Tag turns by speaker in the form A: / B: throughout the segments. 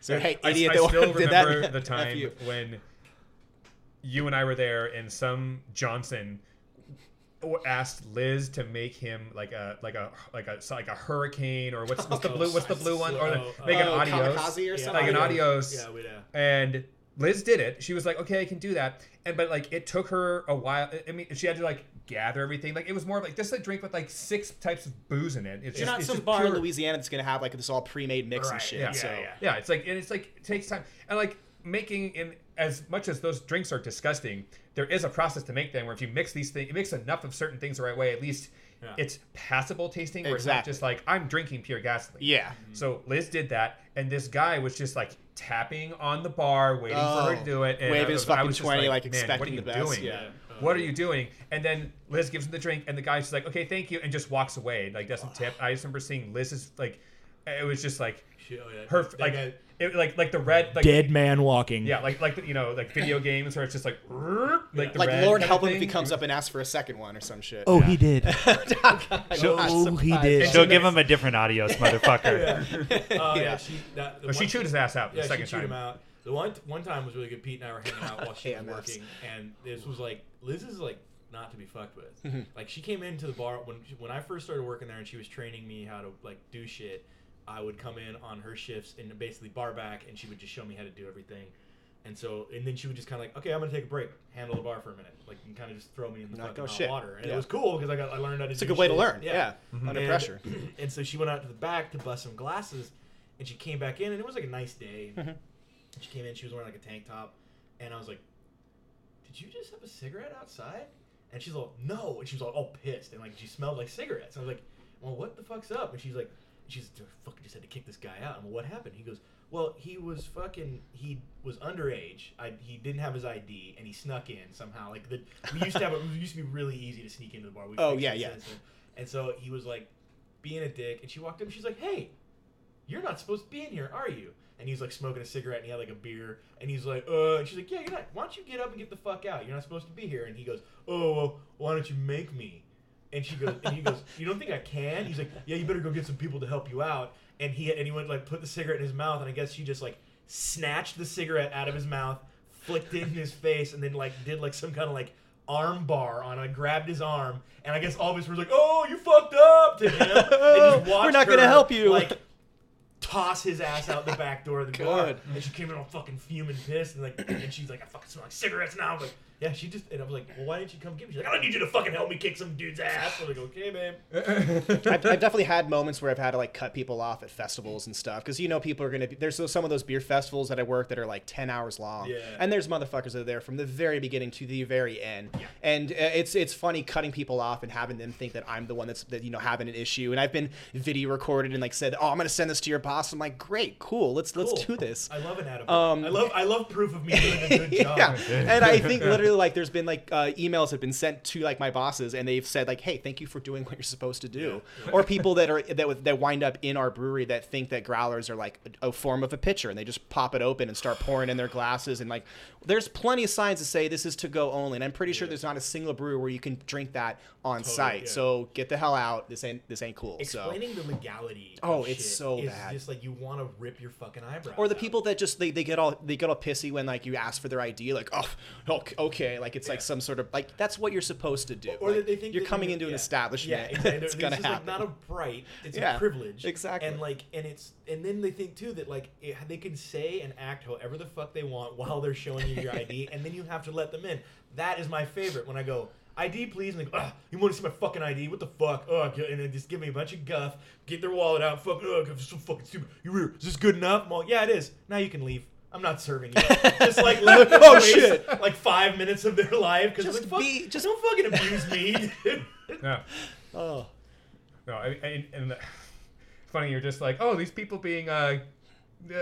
A: So hey,
B: I,
A: idiot!
B: I
A: that
B: still
A: did that.
B: remember the
A: F
B: time
A: you.
B: when you and I were there, and some Johnson asked Liz to make him like a like a like a like a hurricane or what's, what's the
C: Oh,
B: blue what's the
C: so-
B: blue one or the,
C: so-
B: make an
A: oh,
B: adios
A: kamikaze or
C: Yeah,
A: something?
B: like an adios
C: Yeah, we know.
B: and Liz did it. She was like, "Okay, I can do that." And but like it took her a while. I- I mean, she had to like gather everything. Like it was more of, like just a drink with like six types of booze in it. It's
A: You're
B: just,
A: not
B: it's
A: some
B: just
A: bar
B: pure-
A: in Louisiana that's gonna have like this all pre-made mix
B: Right,
A: and shit.
B: yeah.
A: so
C: Yeah, yeah.
B: Yeah, it's like and it's like it takes time. And like making in as much as those drinks are disgusting, there is a process to make them where if you mix these things, mix enough of certain things the right way, at least
C: Yeah.
B: it's passable tasting. Where
A: Exactly.
B: it's not just like I'm drinking pure gasoline. Mm-hmm.
A: yeah.
B: So Liz did that, and this guy was just like tapping on the bar, waiting for her
A: Oh,
B: to do it, and
A: waving
B: I
A: his
B: was- I
A: fucking
B: was just
A: 20, like,
B: "Man, what
A: expecting
B: are you
A: the best,
B: Doing?
A: yeah.
C: Yeah.
B: What are you doing? And then Liz gives him the drink, and the guy's just like, "Okay, thank you," and just walks away. Like doesn't tip. I just remember seeing Liz's like, it was just like
C: Shit, oh, yeah.
B: her
C: That
B: like
C: guy-
B: it like like the red like
D: Dead man walking.
B: yeah like like the, you know like video games where it's just like like the
A: Like
B: red
A: Lord
B: kinda
A: help him if
B: thing.
A: he comes up and asks for a second one or some shit.
D: Oh, he did.
A: Oh,
D: oh, he did.
B: And
E: She'll
B: she
E: give
B: makes-
E: him a different adios, motherfucker.
C: Oh, yeah.
A: Yeah.
C: she, that, the
B: Oh, she
C: one-
B: chewed his ass out
C: Yeah,
B: the second
C: she chewed him
B: time.
C: out. The one one time was really good. Pete and I were hanging out while she was
A: Yeah, that's-
C: working, and this was like Liz is like not to be fucked
B: Mm-hmm.
C: with. like she came into the bar when when I first started working there, and she was training me how to like do shit. I would come in on her shifts and basically bar back, and she would just show me how to do everything. And so, and then she would just kind of like, okay, I'm gonna take a break, handle the bar for a minute, like and kind of just throw me in the
A: Like,
C: fucking
A: oh,
C: hot
A: shit.
C: water, and
A: Yeah.
C: it was cool because I got I learned how to.
A: It's a
C: do
A: good way to
C: shit.
A: learn. Yeah. Under
C: Mm-hmm. And-
A: pressure.
C: and so she went out to the back to bust some glasses, and she came back in, and it was like a nice day.
A: Mm-hmm.
C: She came in, she was wearing like a tank top, and I was like, "Did you just have a cigarette outside?" And she's like, "No," and she was like, all pissed, and like she smelled like cigarettes. And I was like, "Well, what the fuck's up?" And she's like, "She's "I fucking just had to kick this guy out." And what happened? He goes, "Well, he was fucking he was underage. I, he didn't have his ID, and he snuck in somehow. Like the we used to have it used to be really easy to sneak into the bar. We
A: Oh,
C: fixed
A: yeah,
C: it
A: yeah.
C: since then. And so he was like being a dick, and she walked up, and she's like, "Hey, you're not supposed to be in here, are you? And he's like smoking a cigarette and he had like a beer and he's like, uh, and she's like, yeah, you're not. Why don't you get up and get the fuck out? You're not supposed to be here. And he goes, oh, well, why don't you make me? And she goes, and he goes, you don't think I can? He's like, yeah, you better go get some people to help you out. And he and he went like put the cigarette in his mouth and I guess she just like snatched the cigarette out of his mouth, flicked it in his face, and then like did like some kind of like arm bar on it, grabbed his arm, and I guess all of us were like, oh, you fucked up to him. And just
A: We're not
C: watched
A: gonna
C: her,
A: help you.
C: Like toss his ass out the back door of the bar.
A: Good.
C: And she came in all fucking fuming pissed and like and she's like, I fucking smell like cigarettes now. I'm like, yeah, she just and I was like, Well why didn't you come get me? She's like, I don't need you to fucking help me kick some dude's ass. I'm like, okay, babe.
A: I've, I've definitely had moments where I've had to like cut people off at festivals and stuff because you know people are gonna be there's those- some of those beer festivals that I work that are like ten hours long
C: Yeah.
A: and there's motherfuckers that are there from the very beginning to the very end and uh, it's it's funny cutting people off and having them think that I'm the one that's that you know having an issue and I've been video recorded and like said oh I'm gonna send this to your boss I'm like great cool let's let's do
C: Cool.
A: this
C: I love an edible.
A: Um,
C: I love I love proof of me doing a good job.
A: yeah. And I think literally like there's been like uh, emails have been sent to like my bosses and they've said like, hey, thank you for doing what you're supposed to do. Or people that are that would- that wind up in our brewery that think that growlers are like a, a form of a pitcher and they just pop it open and start pouring in their glasses and like there's plenty of signs to say this is to go only and I'm pretty sure there's not a single brewer where you can drink that on site.
C: yeah.
A: So get the hell out. This ain't this ain't cool. so.
C: Explaining the legality.
A: Oh,
C: of
A: it's
C: shit
A: so
C: is
A: bad.
C: Just like you want to rip your fucking eyebrows.
A: Or the
C: out.
A: people that just they, they get all they get all pissy when like you ask for their ID, like oh ok- okay, like it's like some sort of like that's what you're supposed to do.
C: or
A: Like,
C: that they think
A: you're
C: that
A: coming
C: you-
A: into an
C: yeah.
A: establishment,
C: Yeah, exactly.
A: it's
C: It's
A: gonna
C: just,
A: happen.
C: Like not a right, it's
A: Yeah,
C: a privilege.
A: exactly.
C: And like, and it's, and then they think too that like it, they can say and act however the fuck they want while they're showing you your ID, and then you have to let them in. That is my favorite when I go. ID, please. And they go, Ugh, you want to see my fucking ID? What the fuck? Ugh. And then just give me a bunch of guff. Get their wallet out. Fuck. Ugh. I'm so fucking stupid. You here? Is this good enough? I'm all, yeah, it is. Now you can leave. I'm not serving you. just like let them
A: Oh,
C: waste,
A: shit.
C: Like five minutes of their life because
A: Just
C: like, fuck,
A: be- just-
C: don't fucking abuse me.
B: Yeah.
A: oh,
B: No, I, I, and the, it's funny. You're just like, oh, these people being uh,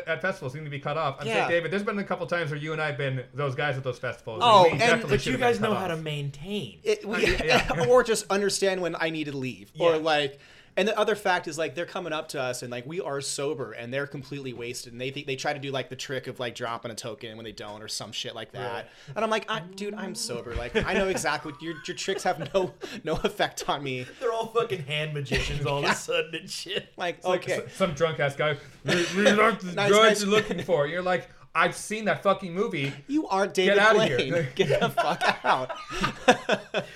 B: at festivals seem to be cut off. I'm
A: Yeah.
B: saying, David, there's been a couple times where you and I have been those guys at those festivals.
A: Oh,
B: we
A: and-
B: definitely
C: but
B: should
C: you
B: have been
C: guys
B: cut
C: know how
B: off.
C: to maintain.
A: It- we-
B: yeah, yeah.
A: or just understand when I need to leave, or
C: Yeah.
A: like And the other fact is like they're coming up to us and like we are sober and they're completely wasted and they think they try to do like the trick of like dropping a token when they don't or some shit like that. And I'm like, I, dude, I'm sober. Like I know exactly your your tricks have no no effect on me.
C: They're all fucking hand magicians all of a sudden and shit.
A: Like
B: Like,
A: okay,
B: s- some drunk ass guy. We, we aren't the
A: Nice,
B: drugs
A: nice.
B: you're looking for. You're like, I've seen that fucking movie.
A: you aren't David
B: outta
A: Blaine.
B: here.
A: Get the fuck out.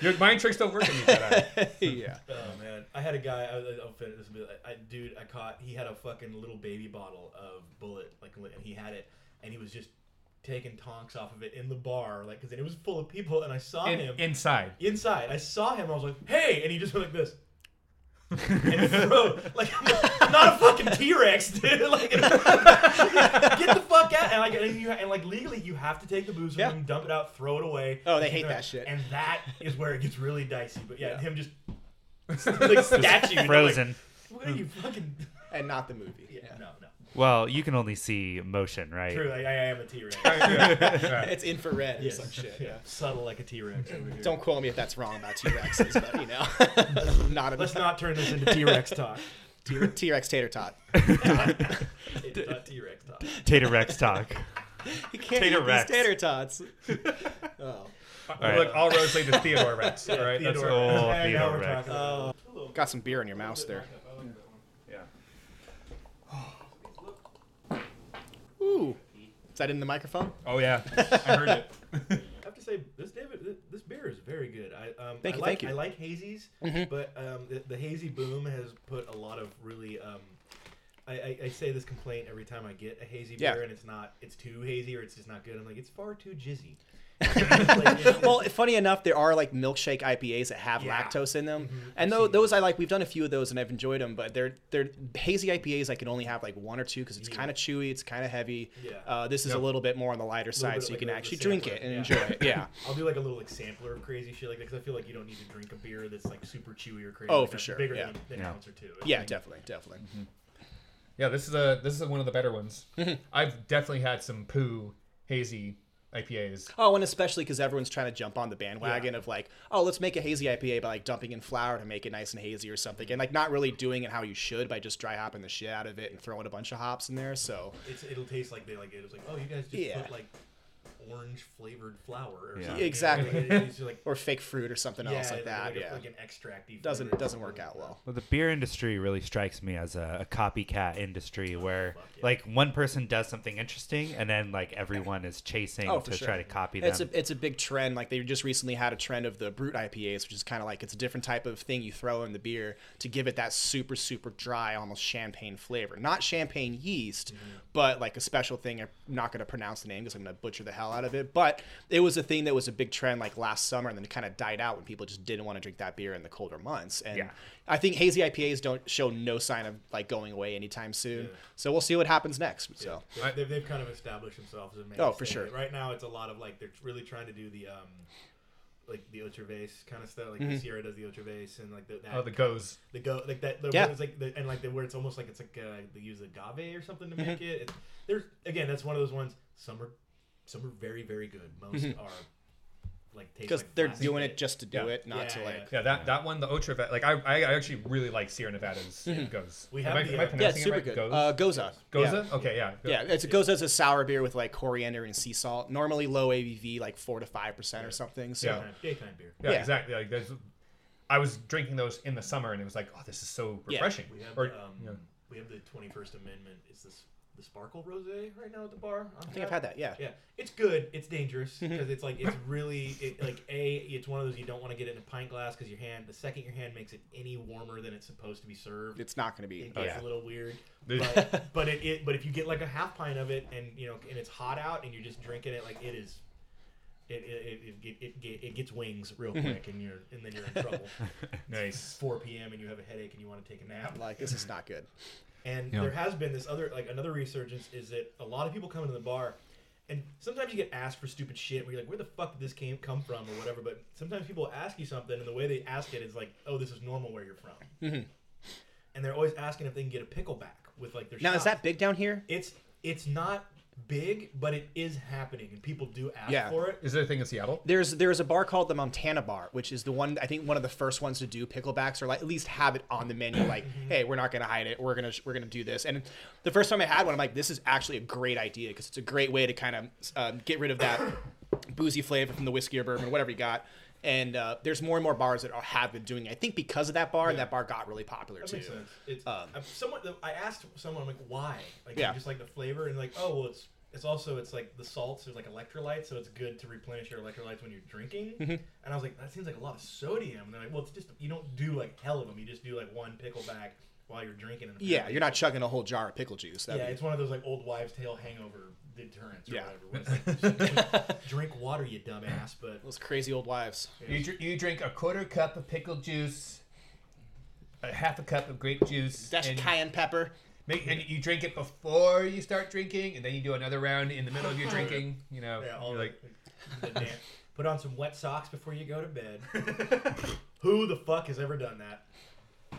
B: Your mind tricks don't work on you, Jedi.
A: yeah.
C: Oh man, I had a guy. I, I- I'll fit this. bit. I, I dude, I caught. He had a fucking little baby bottle of bullet, like, li- and he had it, and he was just taking tonks off of it in the bar, like, because it was full of people, and I saw
B: In,
C: him
B: inside.
C: inside. I saw him. I was like, hey, and he just went like this. and throw like I'm not, I'm not a fucking T Rex, dude. Like, get the fuck out! And like, and, you, and like legally, you have to take the booze from
A: Yeah.
C: them, dump it out, throw it away.
A: Oh, they
C: and
A: hate
C: keep it
A: that
C: out.
A: shit.
C: And that is where it gets really dicey. But yeah,
A: Yeah.
C: him just like statue and I'm like,
E: Frozen.
C: what are you fucking?
A: And not the movie.
C: Yeah, no, no.
E: Well, you can only see motion, right?
C: True, like, I am a T Rex.
A: It's infrared or some shit. Yeah.
C: Subtle like a T Rex over here.
A: Don't quote me if that's wrong about T Rexes, but you know, not
C: Let's
A: enough.
C: not turn this into T Rex talk.
A: T Rex tater tot.
C: It's not T Rex talk.
E: Tater Rex talk.
A: You can't
E: Tater
A: eat these
E: Rex.
A: tater tots. oh.
E: right.
B: Look, all roads lead to Theodore Rex. All right,
C: Theodore.
B: That's
E: all. Oh,
C: And now we're
E: Theodore Rex.
C: talking about it.
A: Got some beer in your mouth there.
B: where,
A: Ooh. Is that in the microphone?
B: Oh yeah, I heard it.
C: I have to say, this David, th- this beer is very good. I um,
A: Thank
C: I
A: you,
C: like,
A: thank you. Mm-hmm.
C: I like hazies, but um, the, the hazy boom has put a lot of really. Um, I, I, I say this complaint every time I get a hazy
A: Yeah.
C: beer, and it's not. It's too hazy, or it's just not good. I'm like, it's far too jizzy. Like, it's-
A: well, funny enough, there are like milkshake IPAs that have
C: Yeah. Mm-hmm.
A: lactose in them, and tho- those I like. We've done a few of those, and I've enjoyed them. But they're they're hazy IPAs. I can only have like one or two because it's kind of chewy, it's kind of heavy.
C: Yeah.
A: Uh, this is a
B: Yep.
A: little bit more on the lighter side,
C: bit
A: so you
C: like
A: can
C: a- the
A: actually drink
C: sampler,
A: it and
C: yeah.
A: enjoy it. Yeah.
C: I'll do like a little like sampler of crazy shit like that because I feel like you don't need to drink a beer that's like super chewy or crazy.
A: Oh,
C: like
A: for
C: that's
A: sure,
C: Bigger
A: yeah.
C: than, than an
E: Yeah.
C: ounce or two. It's
A: Yeah,
C: like-
A: definitely, definitely.
C: Mm-hmm.
B: Yeah, this is a this is one of the better ones. I've definitely had some poo hazy IPAs.
A: Oh, and especially because everyone's trying to jump on the bandwagon of like, oh, let's make a hazy IPA by like dumping in flour to make it nice and hazy or something, and like not really doing it how you should by just dry hopping the shit out of it and throwing a bunch of hops in there. So
C: It's, it'll taste like they like it was like oh you guys just
A: Yeah.
C: put like orange flavored flour or
E: Yeah.
C: something.
A: Exactly.
C: Like, it- it's like
A: or fake fruit or something else like that.
C: a-
A: yeah,
C: like an extracty.
A: doesn't
C: flavor.
A: doesn't work out well.
E: Well, the beer industry really strikes me as a, a copycat industry where,
C: fuck yeah.
E: like, one person does something interesting, and then like everyone is chasing
A: Oh, for
E: to
A: sure.
E: try to copy
A: It's
E: them.
A: a it's a big trend. Like they just recently had a trend of the brute IPAs, which is kind of like it's a different type of thing you throw in the beer to give it that super super dry, almost champagne flavor. Not champagne yeast,
E: Mm-hmm.
A: but like a special thing. I'm not going to pronounce the name because I'm going to butcher the hell out of it. But it was a thing that was a big trend like last summer, and then it kind of died out when people just didn't want to drink that beer in the colder months. And
E: Yeah.
A: I think hazy IPAs don't show no sign of like going away anytime soon. So we'll see what happens next. So.
C: They- They've, they've kind of established themselves as a man.
A: Oh, for
C: state.
A: sure.
C: Right now, it's a lot of like they're really trying to do the um, like the Ochervase kind of stuff. Like
A: Mm-hmm.
C: the Sierra does the Ochervase and like the, that
B: Oh, the goes.
C: the go like that. The,
A: Yeah.
C: It's like the, and like the, where it's almost like it's like uh, they use agave or something to
A: Mm-hmm.
C: make it. It's, there's again, that's one of those ones. Some are some are very very good. Most are like taste
A: Because
C: like
A: Mm-hmm. they're
C: plastic.
A: doing it just to do
B: Yeah.
A: it, not
C: Yeah,
A: to
C: yeah,
A: like.
C: yeah.
B: Yeah, that, that one, the Otra, like I, I I actually really like Sierra Nevada's goes.
C: We
B: am
C: have
B: I,
C: the,
B: am I
A: Mm-hmm. Yeah,
C: uh,
B: pronouncing
A: it's super
B: it right?
A: good.
B: Goes?
A: Uh, goza.
B: Goza? Okay, yeah.
A: Yeah. yeah, it's a goza is a sour beer with like coriander and sea salt. Normally low ABV, like four to five percent or something. So
B: Yeah.
C: Daytime, daytime beer.
B: Yeah,
A: Yeah.
B: exactly. Like there's, I was drinking those in the summer, and it was like, oh, this is so
A: Yeah.
B: refreshing.
C: We have
B: Or-
C: um,
B: yeah.
C: we have the Twenty First Amendment. Is this the Sparkle Rosé right now at the bar?
A: I think I've had that. Yeah. Mm-hmm.
C: Yeah, it's good. It's dangerous because it's like it's really it, like a. It's one of those you don't want to get it in a pint glass because your hand. The second your hand makes it any warmer than it's supposed to be served,
A: It's Oh, not going to be.
C: it gets
E: yeah.
C: a little weird.
B: Dude.
C: But, but it, it but if you get like a half pint of it and you know and it's hot out and you're just drinking it like it is. It, it, it, it, it, it gets wings real
A: Mm-hmm.
C: quick and you're and then you're in trouble.
B: nice.
C: 4 p.m. and you have a headache and you want to take a nap.
A: Like this is not good.
C: And
B: Yeah.
C: there has been this other like another resurgence is that a lot of people come into the bar and sometimes you get asked for stupid shit where you're like, where the fuck did this came come from or whatever, but sometimes people ask you something and the way they ask it is like, Oh, this is normal where you're from.
A: Mm-hmm.
C: And they're always asking if they can get a pickle back with like their
A: Now is
C: shot.
A: that big down here?
C: it's it's not big, but it is happening, and people do ask
A: Yeah.
C: for it.
B: Is there a thing in Seattle?
A: There's there's a bar called the Montana Bar, which is the one I think one of the first ones to do picklebacks or like at least have it on the menu. Like, hey, we're not gonna hide it. We're gonna we're gonna do this. And the first time I had one, I'm like, this is actually a great idea because it's a great way to kind of um, get rid of that boozy flavor from the whiskey or bourbon, whatever you got. And uh, there's more and more bars that are, have been doing it. I think because of that bar, and that bar got really popular
C: That
A: too.
C: makes sense. It's
A: Um,
C: I'm somewhat. I asked someone, I'm like, why? Like,
A: Yeah.
C: you just like the flavor, and like, oh, well, it's it's also it's like the salts. There's like electrolytes, so it's good to replenish your electrolytes when you're drinking.
A: Mm-hmm.
C: And I was like, that seems like a lot of sodium. And they're like, well, it's just you don't do like hell of them. You just do like one pickleback while you're drinking. And
A: Yeah,
C: apparently-
A: you're not chugging a whole jar of pickle juice. That'd
C: Yeah,
A: be-
C: it's one of those like old wives' tale hangover deterrents or
A: Yeah.
C: whatever. Where it's like, just drink, drink water, you dumbass. But
A: those crazy old wives.
B: You, dr- you drink a quarter cup of pickle juice, a half a cup of grape juice,
A: Dash
B: and,
A: cayenne pepper.
B: make, and you drink it before you start drinking, and then you do another round in the middle of your drinking. You know,
C: yeah, all
B: you're like,
C: the- the dan- put on some wet socks before you go to bed. Who the fuck has ever done that?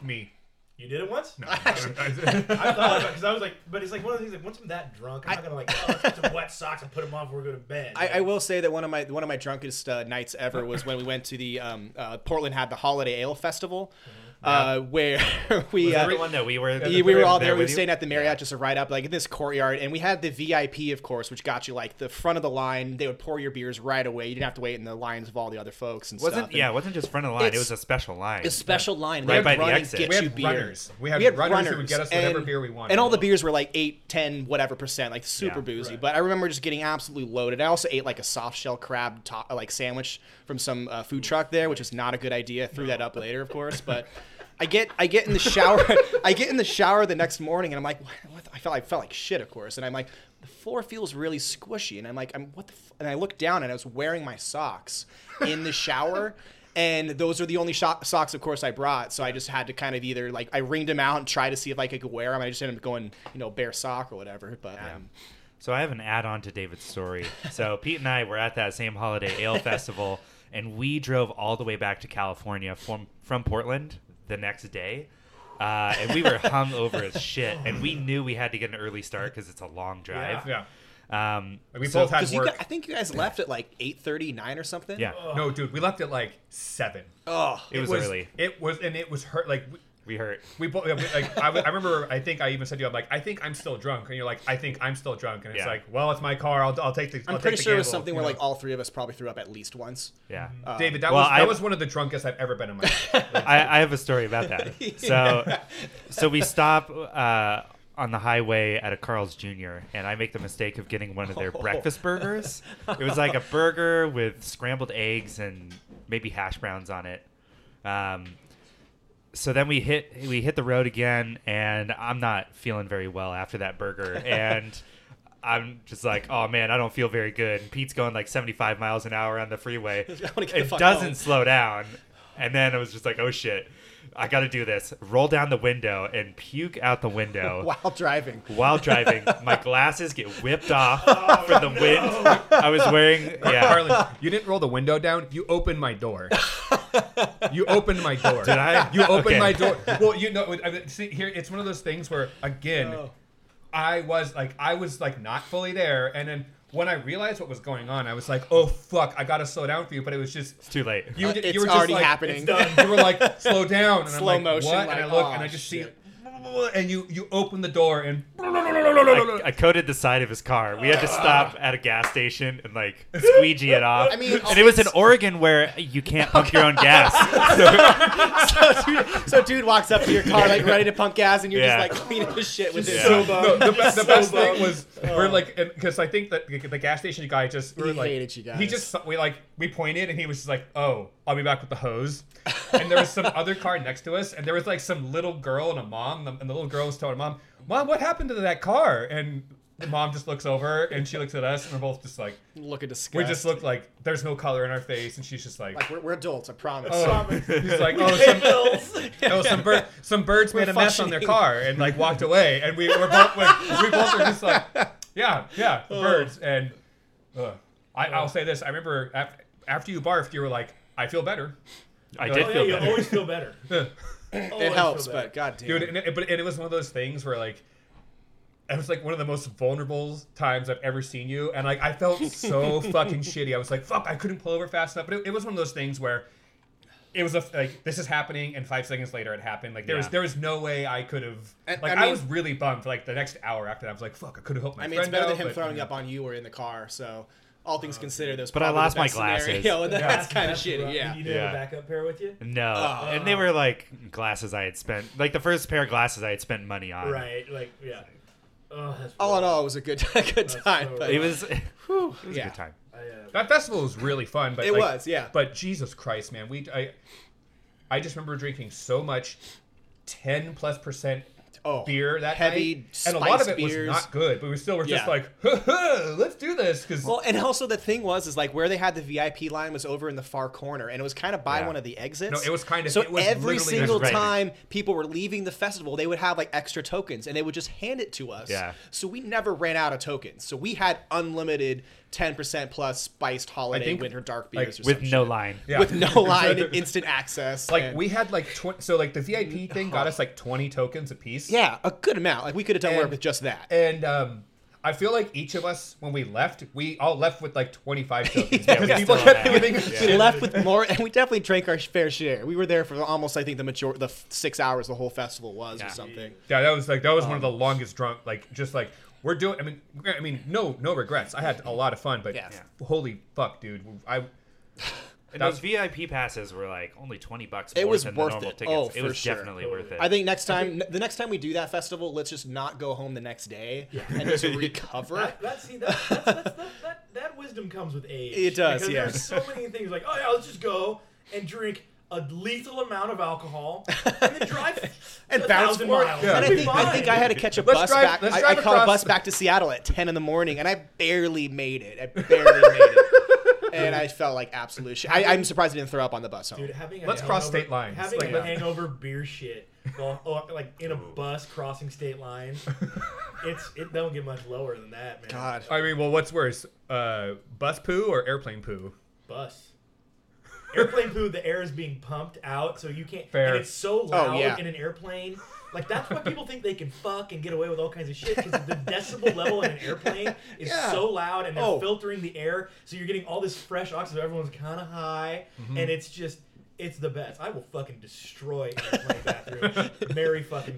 B: me.
C: You did it once? No.
B: I
C: I thought about because I was like, but it's like one of those things. Like once I'm that drunk, I'm not gonna like oh, let's get some wet socks and put them on before we go to bed.
A: I,
C: Like,
A: I will say that one of my one of my drunkest uh, nights ever was when we went to the um, uh, Portland had the Holiday Ale Festival,
B: Mm-hmm.
A: uh, where we uh,
E: Everyone the one that we were.
A: we were all there. We were
E: with you?
A: staying at the Marriott just a ride up, like in this courtyard, and we had the VIP, of course, which got you like the front of the line. They would pour your beers right away. You didn't have to wait in the lines of all the other folks and
E: Wasn't
A: stuff.
E: yeah? It wasn't just front of the line. It
A: It's-
E: was a special line.
A: a special line
E: Right
A: They would
E: by the
A: run and
E: exit.
A: get
B: We had
A: you beer.
B: runners. We had runners who would get us whatever beer we wanted.
A: And all the beers were like 8, 10, whatever percent, like super
E: Yeah.
A: boozy. But I remember just getting absolutely loaded. I also ate like a soft shell crab top, like sandwich from some uh, food truck there, which was not a good idea. Threw that up later, of course, but. I get I get in the shower I get in the shower the next morning and I'm like what, what the- I felt I felt like shit of course and I'm like the floor feels really squishy and I'm like I'm what the f-? and I look down and I was wearing my socks in the shower and those are the only sho- socks, of course, I brought. So I just had to kind of either like I ringed them out and try to see if I could wear them. I just ended up going, you know, bare sock or whatever. But um,
E: So I have an add-on to David's story. So Pete and I were at that same holiday ale festival, and we drove all the way back to California from from Portland the next day, uh, and we were hung over as shit, and we knew we had to get an early start because it's a long drive.
B: yeah.
E: Um,
B: Like, we
E: so-
B: both had
A: because you,
B: work.
A: gu- I think you guys left at like eight thirty nine or something.
E: yeah,
B: Oh. no, dude, we left at like seven.
A: Oh,
E: it, was, early.
B: It was, and it was hurt. Like we-
E: We hurt.
B: we both. Like I, was- I remember. I think I even said to you, "I'm like, I think I'm still drunk," and you're like, "I think I'm still drunk," and it's
E: Yeah.
B: like, "Well, it's my car. I'll, I'll take the."
A: I'm
B: I'll
A: pretty
B: take the
A: sure it was
B: gamble,
A: something
B: you
A: where
B: know?
A: like uh, all three of us probably threw up at least once.
E: Yeah.
B: David, that
E: Well,
B: was that
E: I-
B: was one of the drunkest I've ever been in my life.
E: I, I have a story about that. So, so we stop uh, on the highway at a Carl's Jr. and I make the mistake of getting one of
A: Oh.
E: their breakfast burgers. It was like a burger with scrambled eggs and maybe hash browns on it. Um, so then we hit we hit the road again, and I'm not feeling very well after that burger, and I'm just like, oh man, I don't feel very good. And Pete's going like 75 miles an hour on the freeway.
A: wanna get the
E: It
A: fuck
E: doesn't
A: home.
E: slow down, and then I was just like, oh shit, I got to do this. Roll down the window and puke out the window.
A: While driving,
E: While driving, my glasses get whipped off
C: Oh,
E: for the wind. I was wearing, yeah,
B: Carlin, you didn't roll the window down. You opened my door. you opened my door.
E: Did I?
B: You opened
E: Okay.
B: my door. Well, you know, I mean, see here, it's one of those things where again,
A: Oh.
B: I was like, I was like not fully there, and then when I realized what was going on, I was like, oh fuck, I gotta slow down for you. But it was just
E: it's too late.
B: you.
A: Uh,
B: did-
A: it's
B: you were
A: already
B: just like,
A: happening.
B: It's done. You were like, slow down. And
A: Slow
B: I'm like,
A: motion,
B: What? and I
A: like,
B: look,
A: "Aw,
B: and I just see.
A: shit."
B: And you you open the door and
E: I, I coated the side of his car. We had to
C: Ah.
E: stop at a gas station and like squeegee it off.
A: I mean,
E: and it was in
A: it's-
E: Oregon where you can't pump your own gas.
A: so dude, so dude walks up to your car like ready to pump gas, and you're
E: Yeah.
A: just like cleaning the shit with his
E: Yeah.
A: soap.
B: No, the, be- the
A: So
B: best
A: bummed. Oh.
B: thing was we're like because I think that the, the gas station guy just we
A: He
B: were like
A: hated you guys.
B: he just we like we pointed and he was just like oh I'll be back with the hose and there was some other car next to us and there was like some little girl and a mom and the, and the little girl was telling her mom mom what happened to that car and the mom just looks over and she looks at us and we're both just like
A: Look at disgust.
B: we just look like there's no color in our face and she's just like.
A: like we're, we're adults. I promise.
B: Oh. He's like, oh,
C: Hey,
B: some,
C: Bills.
B: oh, some bird, some birds made a mess on their car and like walked away, and we were both like, we both were just like, yeah, yeah, the birds. And uh, I, I'll say this: I remember af- after you barfed, you were like, I feel better,
E: I
B: Oh,
E: did
C: Oh, yeah,
E: feel
C: you
E: better.
C: always feel better.
A: it helps, but god damn.
B: dude. And it, but and it was one of those things where like. it was like one of the most vulnerable times I've ever seen you. And like I felt so fucking shitty. I was like, fuck, I couldn't pull over fast enough. But it, it was one of those things where it was a, like this is happening, and five seconds later it happened. Like there was
E: Yeah.
B: there was no way I could have.
A: And-
B: Like
A: I
B: I,
A: mean-
B: was really bummed for like the next hour after that. I was like, fuck, I could have helped my
A: I
B: friend.
A: mean, it's better
B: out,
A: than him
B: but, Oh,
A: throwing
B: you know.
A: up on you or in the car. So, all things considered, those.
E: But I lost my glasses.
A: Scenario, and
B: Yeah.
A: that's kind of shitty.
C: rough.
A: Yeah.
C: You didn't have
E: Yeah.
C: a backup pair with you?
E: No,
C: Ah.
A: Oh.
E: and they were like glasses I had spent, like the first pair of glasses I had spent money on.
C: Right, like, yeah. Oh, that's
A: All in
C: rough.
A: all, it was a good a good
C: so
A: time. But
E: It was, whew, it was
A: Yeah.
E: a good time.
C: I, uh,
B: That festival was really fun, but
A: It
B: like,
A: was, yeah.
B: But Jesus Christ, man, we I I just remember drinking so much, ten plus percent
A: oh,
B: beer that
A: heavy
B: night, and a lot of
A: spiced
B: it
A: beers.
B: was not good. But we still were just
A: Yeah.
B: like, "Huh, huh, let's do this because
A: Well, and also the thing was is like where they had the VIP line was over in the far corner, and it was kind of by
E: Yeah.
A: one of the exits.
B: No, it was kind of-
A: so
B: it was
A: every
B: literally-
A: single
E: Right.
A: time people were leaving the festival, they would have like extra tokens, and they would just hand it to us.
E: Yeah.
A: So we never ran out of tokens. So we had unlimited ten percent plus spiced holiday
B: think,
A: winter dark
B: like,
A: beers or
E: With
A: some
E: no
A: shit.
E: line.
B: Yeah.
A: with no line, and instant access.
B: like
A: and-
B: we had like tw- so like the VIP thing got us like twenty tokens apiece.
A: yeah, a good amount. Like we could have done work
B: And-
A: with just that.
B: and um. I feel like each of us, when we left, we all left with like 25 tokens.
A: Yeah,
B: because
E: we
B: people
E: still
B: kept
E: had-
B: giving us
E: yeah.
A: we
B: shit.
A: left with more, and we definitely drank our fair share. We were there for almost, I think, the major the f- six hours the whole festival was or
E: Yeah.
A: something.
B: Yeah, that was like that was one of
A: Um,
B: the longest drunk. Like just like we're doing. I mean, I mean, no, no regrets. I had a lot of fun, but
A: Yeah.
B: holy fuck, dude! I
E: And
B: That
E: those
B: was-
E: VIP passes were like only twenty bucks.
A: It
E: more
A: was
E: than
A: worth
E: the normal
A: it.
E: Tickets.
A: Oh,
E: it
A: for
E: was
A: sure.
E: definitely worth it.
A: I think next time, the next time we do that festival, let's just not go home the next day and just recover.
C: That, that, see, that, that's, that's, that, that, that wisdom comes with age.
A: It does,
C: Because
A: yes.
C: There's so many things like, oh yeah, let's just go and drink a lethal amount of alcohol and then drive
A: and
C: a
A: bounce
C: thousand
A: more.
C: miles.
A: And I
C: It'll be
A: think, I
C: fine.
A: think I had to catch a
B: Let's
A: bus
B: drive-
A: back.
B: let's
A: I, I
B: drive
A: caught a
B: across
A: bus
B: the-
A: back to Seattle at 10 in the morning, and I barely made it. I barely made it. And I felt like absolute shit. I, I'm surprised I didn't throw up on the bus home.
C: Dude, having a
B: Let's cross
C: hangover-
B: state lines.
C: Having
B: Like,
C: a
B: let's-
C: hangover beer shit, while- or, like in a bus crossing state lines, it's it don't get much lower than that, man.
A: God.
B: I mean, well, what's worse, uh, bus poo or airplane poo?
C: bus. Airplane poo, the air is being pumped out, so you can't.
B: Fair.
C: And it's so loud
A: Oh, yeah.
C: in an airplane. Like, that's why people think they can fuck and get away with all kinds of shit, because the decibel level in an airplane is
A: Yeah.
C: so loud, and they're
A: Oh.
C: filtering the air, so you're getting all this fresh oxygen, so everyone's kind of high,
E: Mm-hmm.
C: and it's just. It's the best. I will fucking destroy an airplane bathroom. Merry fucking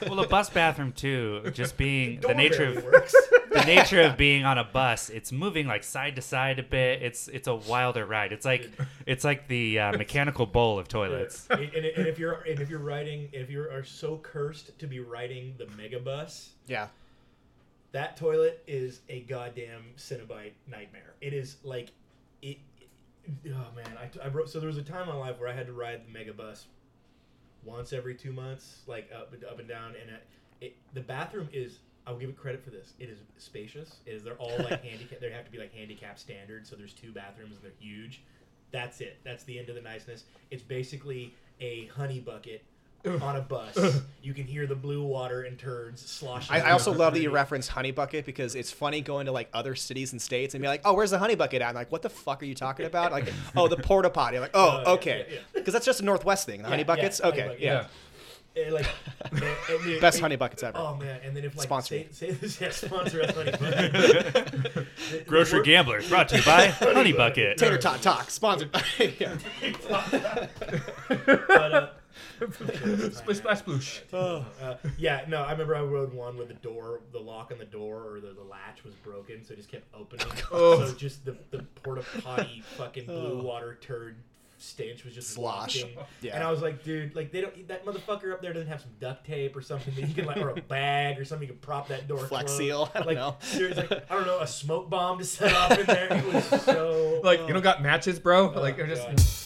E: well, the bus bathroom too. Just being the
C: Door
E: nature
C: barely
E: of
C: works.
E: the nature of being on a bus it's moving like side to side a bit it's it's a wilder ride it's like it's like the uh, mechanical bowl of toilets
C: and, and- and if you're and if you're riding, if you are so cursed to be riding the megabus,
A: Yeah.
C: That toilet is a goddamn Cenobite nightmare. It is like, it. it- oh man, I, I wrote. So there was a time in my life where I had to ride the mega bus once every two months, like up and up and down, and it, it, the bathroom is. I will give it credit for this. It is spacious. It is they're all like handicap. They have to be like handicap standard. So there's two bathrooms and they're huge. That's it. That's the end of the niceness. It's basically a honey bucket on a bus. you can hear the blue water and turds sloshing.
A: I, I
C: through
A: also
C: the
A: love that you
C: honey.
A: reference Honey Bucket because it's funny going to like other cities and states and be like, oh, where's the Honey Bucket at? I'm like, what the fuck are you talking about? Like, oh, the porta potty. I'm like,
C: Oh,
A: oh,
C: yeah,
A: okay.
C: yeah,
A: Because
C: yeah.
A: that's just a Northwest thing. The Honey
C: Yeah, yeah,
A: Buckets?
C: honey
A: okay.
C: bucket,
A: yeah.
C: It, eh, like and- and the-
A: Best
C: it-
A: Honey Buckets ever.
C: Oh man! And then if like
A: Sponsor
C: say,
A: me.
C: say this yeah, sponsor us honey bucket.
E: grocery gamblers brought to you by honey bucket
A: Tater Tot Talk, sponsored by. yeah.
C: But, uh,
B: Splish splash sploosh.
C: uh, yeah, no, I remember I rode one where the door, the lock on the door or the, the latch was broken, so it just kept opening.
B: Oh.
C: So just the, the porta potty fucking blue water turd stench was just
A: Oh. Slosh.
C: wafting.
A: Yeah.
C: And I was like, dude, like they don't that motherfucker up there doesn't have some duct tape or something that you can like or a bag or something you can prop that door.
A: Flex
C: closed.
A: seal? I don't
C: like,
A: know.
C: seriously, like, I don't know, a smoke bomb to set off in there. It was so
B: Like
C: oh.
B: you don't got matches, bro. Like
C: Oh,
B: they're just
C: God.